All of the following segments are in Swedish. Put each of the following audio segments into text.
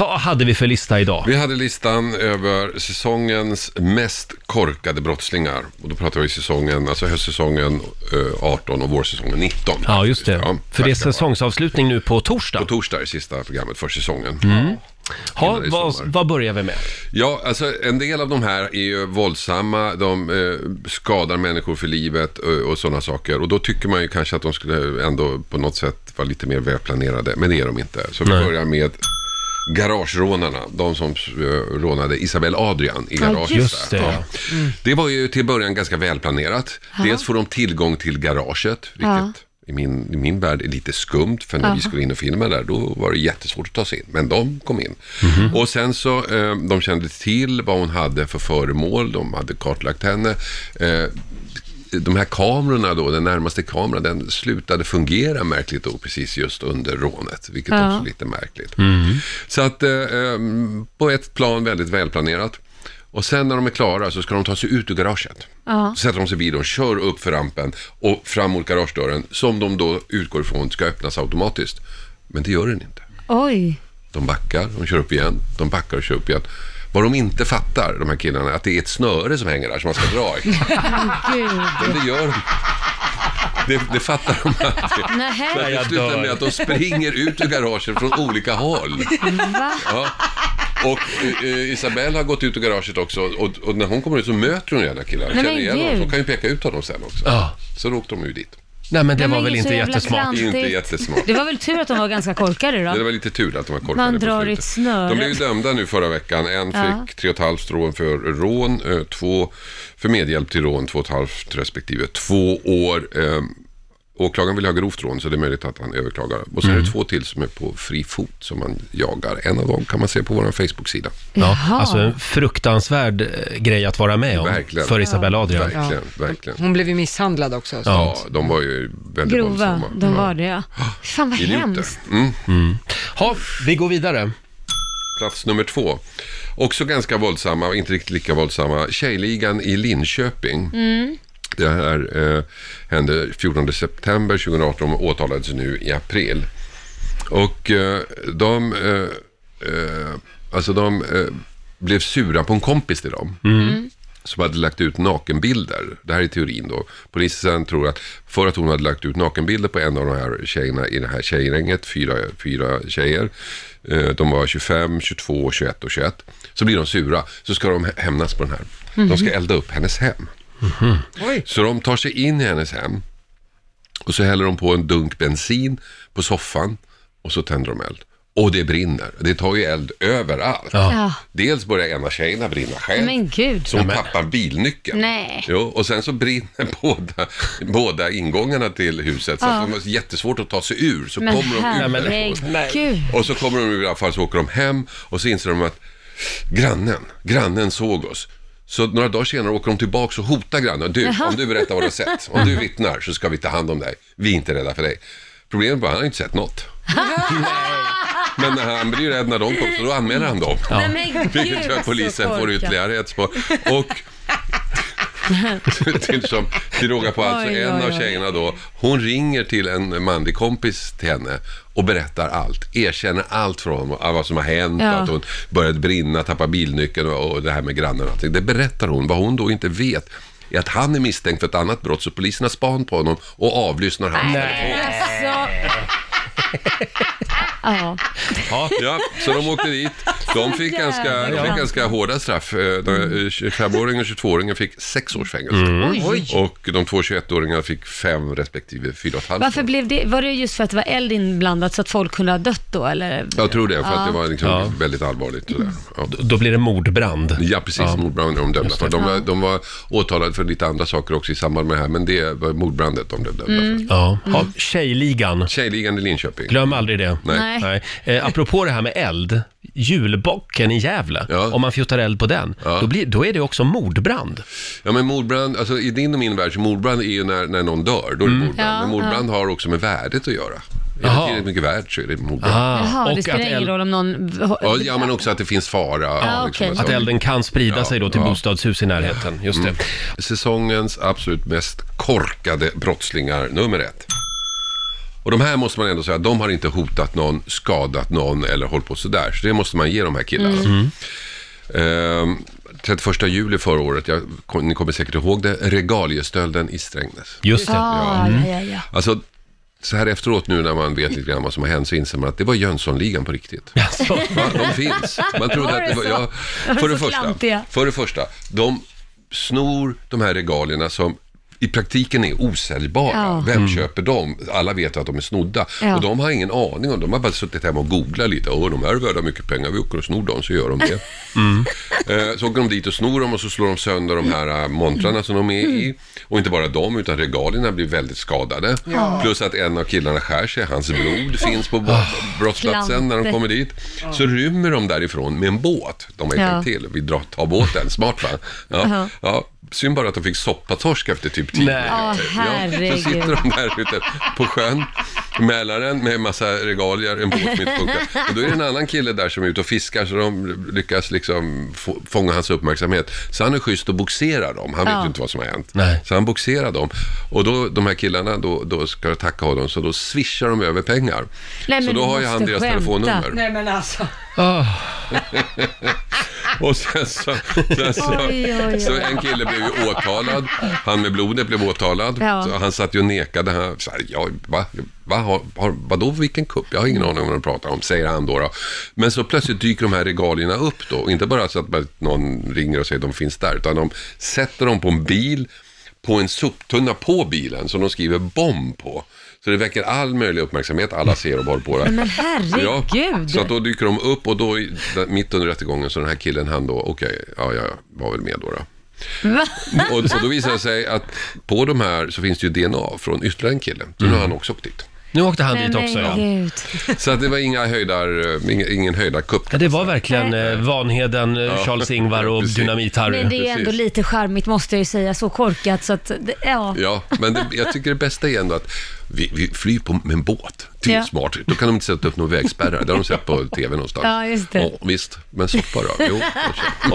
Vad hade vi för lista idag? Vi hade listan över säsongens mest korkade brottslingar. Och då pratar vi säsongen, alltså höstsäsongen eh, 18 och vårsäsongen 19. Ja, just det. Ja, för det är tackar. säsongsavslutning nu på torsdag. På torsdag är det sista programmet för säsongen. Mm. Ha, det är vad, sommar. vad börjar vi med? Ja, alltså en del av de här är ju våldsamma, de eh, skadar människor för livet eh, och, och sådana saker. Och då tycker man ju kanske att de skulle ändå på något sätt vara lite mer välplanerade, men det är de inte. Så vi Nej. börjar med garagerånarna, de som eh, rånade Isabel Adrian i garaget. just där. det, Ja. Det var ju till början ganska välplanerat. Dels får de tillgång till garaget, vilket Ja. i min, i min värld är lite skumt, för när vi skulle in och filma där, då var det jättesvårt att ta sig in. Men de kom in. Och sen så, eh, de kände till vad hon hade för föremål, de hade kartlagt henne. Eh, de här kamerorna då, den närmaste kameran, den slutade fungera märkligt nog precis just under rånet, vilket Ja. också är lite märkligt. Så att eh, eh, på ett plan väldigt välplanerat. Och sen när de är klara så ska de ta sig ut ur garaget. Ja. Så sätter de sig i bilen, kör upp för rampen och fram mot garagedörren som de då utgår ifrån ska öppnas automatiskt. Men det gör den inte. Oj. De backar, de kör upp igen, de backar och kör upp igen. Vad de inte fattar, de här killarna, är att det är ett snöre som hänger där som man ska dra i. Gud. Men det gör de. Det, det fattar de aldrig. Nähä. Nej, Det jag slutar dör. med att de springer ut ur garaget från olika håll. Va? Ja. Och eh, Isabelle har gått ut ur garaget också och, och när hon kommer ut så möter hon jävla killar. men Känner igen honom, gud. så hon kan ju peka ut honom sen också. Ja. Så då åkte de ju dit. Nej, men det Nej, var men väl det är så inte jävla jättesmart. klant. Det är ju inte Antigt. jättesmart. Det var väl tur att de var ganska korkade Det då. var lite tur att de var korkade Man på drar slutet. i ett snöre. De blev ju dömda nu förra veckan. En Ja. fick tre och ett halvt rån för rån, eh, två för medhjälp till rån, två och ett halvt respektive två år. Eh, Åklagaren vill ha grovt rån så det är möjligt att han överklagar. Och sen är det två till som är på fri fot som man jagar. En av dem kan man se på vår Facebook-sida. Ja, Jaha. alltså en fruktansvärd eh, grej att vara med om Verkligen. för Isabella Adrian. Verkligen, verkligen. Hon blev ju misshandlad också. Så. Ja, de var ju väldigt Grova, våldsamma. de var det ja. Fan vad Idioter. hemskt. Mm. Ha, vi går vidare. Plats nummer två. Också ganska våldsamma, inte riktigt lika våldsamma. Tjejligan i Linköping. Det här eh, hände 14 september 2018 och åtalades nu i april. Och eh, de, eh, eh, alltså de eh, blev sura på en kompis till dem. Som hade lagt ut nakenbilder. Det här är teorin då. Polisen tror att för att hon hade lagt ut nakenbilder på en av de här tjejerna i det här tjejgänget, fyra, fyra tjejer. eh, De var 25, 22, 21 och 21. Så blir de sura. Så ska de hä- hämnas på den här. De Mhm. ska elda upp hennes hem. Så de tar sig in i hennes hem och så häller de på en dunk bensin på soffan och så tänder de eld. Och det brinner. Det tar ju eld överallt. Ja. Dels börjar ena tjejerna brinna själv. Men gud. Så hon tappar bilnyckeln. Nej. Jo, och sen så brinner båda, båda ingångarna till huset. Så att de har jättesvårt att ta sig ur. Så Men kommer de ut därifrån. herregud. Och så kommer de ur alla fall så åker de hem och så inser de att grannen, grannen såg oss. Så några dagar senare åker de tillbaka och hotar grannen. Du, om du berättar vad du har sett, om du vittnar så ska vi ta hand om dig. Vi är inte rädda för dig. Problemet var att han har inte sett något. Men när han blir rädd när de kommer så då anmäler han dem. Nej men gud. Vilket gör att polisen så får korkat. ytterligare ett spår. Och till, som, till råga på allt så Oj, en oj, av oj. tjejerna då, hon ringer till en manlig kompis till henne och berättar allt, erkänner allt från honom, av vad som har hänt, Ja. att hon började brinna, tappa bilnyckeln och, och det här med grannen och allting. Det berättar hon, vad hon då inte vet är att han är misstänkt för ett annat brott så polisen har span på honom och avlyssnar hans telefon. Alltså. Ja. Alltså. Ja. Ja, så de åkte dit. De fick ganska, de fick ganska hårda straff. Eh, de- eh, 25-åringen och 22-åringen fick sex års fängelse. Mm. Och de två 21-åringarna fick fem respektive fyra och ett halvt Varför år. blev det, var det just för att det var eld inblandat så att folk kunde ha dött då eller? Jag tror det, för att det var liksom Ja. väldigt allvarligt. Sådär. Ja. Då blir det mordbrand. Ja, precis. Mordbranden är de dömda för. De, var- de var åtalade för lite andra saker också i samband med det här, men det var mordbrandet de blev dömda Mm. för. Ja. Ha, tjejligan. Tjejligan i Linköping. Glöm aldrig det. Nej. Eh, apropå det här med eld. Julbocken i Gävle, Ja. om man fjuttar eld på den, då, blir, då är det också mordbrand. Ja men mordbrand, alltså i din och min värld, så mordbrand är ju när, när någon dör, då är det mordbrand. Ja, men mordbrand har också med värdet att göra. Är Mm. Jaha. det tillräckligt mycket värt så är det mordbrand. Ah, Jaha, det och spelar att, ingen eld, roll om någon... Ja, ja, men också att det finns fara. Ja, okej. och liksom att så. elden kan sprida Ja, sig då till ja. Mm. bostadshus i närheten. Just det. Säsongens absolut mest korkade brottslingar, nummer ett. Och de här måste man ändå säga, de har inte hotat någon, skadat någon eller hållit på sådär. Så det måste man ge de här killarna. Ehm, 31 juli förra året, jag, ni kommer säkert ihåg det, regaliestölden i Strängnäs. Just det. Ah, ja, ja, ja. Alltså, så här efteråt nu när man vet lite grann vad som har hänt så inser man att det var Jönssonligan på riktigt. Alltså, Va? De finns. Man trodde Var att det det var... så? Ja, Var det för, det så första, klantiga? för det första, de snor de här regalierna som i praktiken är osäljbara. Ja. Vem köper dem? Alla vet att de är snodda. Ja. Och de har ingen aning om De har bara suttit hemma och googlat lite. Åh, de här är värda mycket pengar. Vi åker och snor dem, så gör de det. Eh, Så åker de dit och snor dem och så slår de sönder de här eh, montrarna som de är Mm. i. Och inte bara de, utan regalierna blir väldigt skadade. Plus att en av killarna skär sig, hans blod finns på bo- brottsplatsen när de Klante. kommer dit. Så rymmer de därifrån med en båt. De har ju Ja. tänkt till, vi drar, tar båten, smart va? Ja. Ja. Ja. Synd bara att de fick soppatorsk efter typ 10 Nej. minuter. Åh, herregud. så sitter de där ute på sjön, Mälaren, med en massa regalier, en båt som inte funkar. Och då är det en annan kille där som är ute och fiskar, så de lyckas liksom få, fånga hans uppmärksamhet. Så han är schysst och boxerar dem, han vet Ja. ju inte vad som har hänt. Nej. Så han boxerar dem. Och då, de här killarna, då, då ska jag tacka honom, så då swishar de över pengar. Nej, så men då du har ju måste han deras skämta. telefonnummer. Nej men alltså. ah, Och sen så, sen så, Oj, oj, oj. så en kille blev ju åtalad. Han med blodet blev åtalad. Ja. Så han satt ju och nekade. Han, så här, ja, va, va, har, har, vadå vilken kupp? Jag har ingen aning om vad de pratar om, säger han då, då. Men så plötsligt dyker de här regalierna upp då. Och Inte bara så att bara någon ringer och säger att de finns där, utan de sätter dem på en bil, på en soptunna på bilen som de skriver bomb på. Så det väcker all möjlig uppmärksamhet. Alla ser och håller på det. Men Ja, herregud. så att då dyker de upp och då i- där- mitt under rättegången så den här killen han då, okej, ja, jag var väl med då. då. Mm. Va? Och, och då visar det sig att på de här så finns det ju DNA från ytterligare en kille. Så nu har han också åkt dit. nu åkte han Nej, dit men också ja. gud. Så att det var inga höjdar, eh, ingen, ingen höjdarkupp. ja. Det var verkligen eh, Vanheden, eh, Charles Ingvar och precis. Men Dynamit-Harry. det är ändå Precis. lite charmigt måste jag ju säga, så korkat så att, det- ja. Ja, men det, jag tycker det bästa är ändå att vi, vi flyr på, med en båt. Det är Ja. smart. Då kan de inte sätta upp några vägspärrar. Det har de sett på tv någonstans. Ja, just det. Ja, visst, men soppa då? Jo, kanske.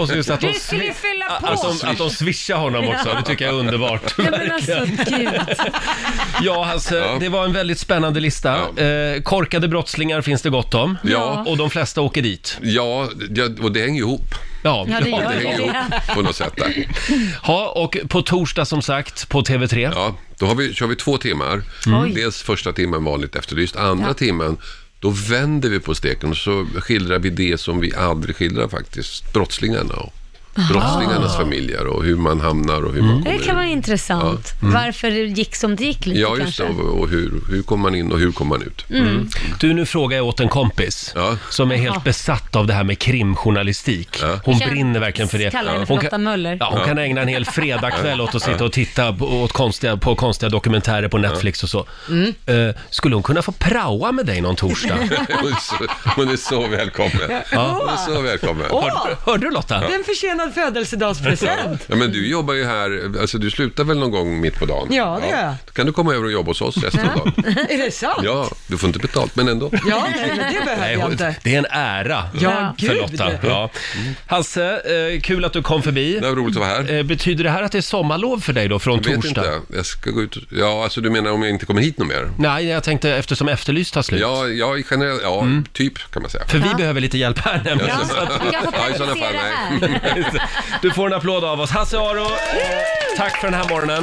Och så just att de, Du skulle ju fylla på! att de, att de swishar honom också, det tycker jag är underbart. Ja, men alltså gud. Ja, Hasse, Ja. det var en väldigt spännande lista. Ja. Eh, korkade brottslingar finns det gott om. Ja. Och de flesta åker dit. Ja, det- och det hänger ihop. Ja. Ja, det Ja, gör det det. hänger ihop på något sätt där. Ha, och på torsdag som sagt, på TV3. Ja, då har vi, kör vi två timmar. Mm. Oj. Dels första timmen vanligt efterlyst, andra timmen då vänder vi på steken och så skildrar vi det som vi aldrig skildrar faktiskt, brottslingarna och brottslingarnas familjer och hur man hamnar och hur man kommer Mm. Det kan vara ut. intressant. Varför det gick som det gick lite mm. Ja, just kanske. Mm. det. Och och hur, hur kommer man in och hur kommer man ut? Du, nu frågar jag åt en kompis Ja. som är helt Jaha. besatt besatt av det här med krimjournalistik. Hon Känns- brinner verkligen för det. kallar henne för Hon, Lotta kan, Möller. ja, hon kan ägna en hel fredagkväll åt att sitta och titta på, åt konstiga, på konstiga dokumentärer på Netflix och så. Eh, skulle hon kunna få praoa med dig någon torsdag? Hon är så- Hon är så välkommen. Hon är så välkommen. Hörde, hörde du Lotta? En försenad födelsedagspresent. Ja, men du jobbar ju här, alltså du slutar väl någon gång mitt på dagen? Ja, det gör jag. Då kan du komma över och jobba hos oss resten av dagen. Är det sant? Ja, du får inte betalt, men ändå. Ja, nej, men det behöver Nej, jag hon- inte. det är en ära Ja, för gud. Lotta. Ja. Mm. Hasse, eh, kul att du kom förbi. Det var roligt att vara här. Eh, betyder det här att det är sommarlov för dig då från Jag vet torsdag? inte. Jag ska gå ut och- Ja, alltså du menar om jag inte kommer hit någon mer? Nej, jag tänkte eftersom Efterlyst tar slut. Ja, ja i generellt, ja, typ kan man säga. För vi behöver lite hjälp här nämligen. Ja, Så att- du kan få Ja, i sådana fall, praktisera nej. här. Du får en applåd av oss. Hasse Aro, eh, tack för den här morgonen.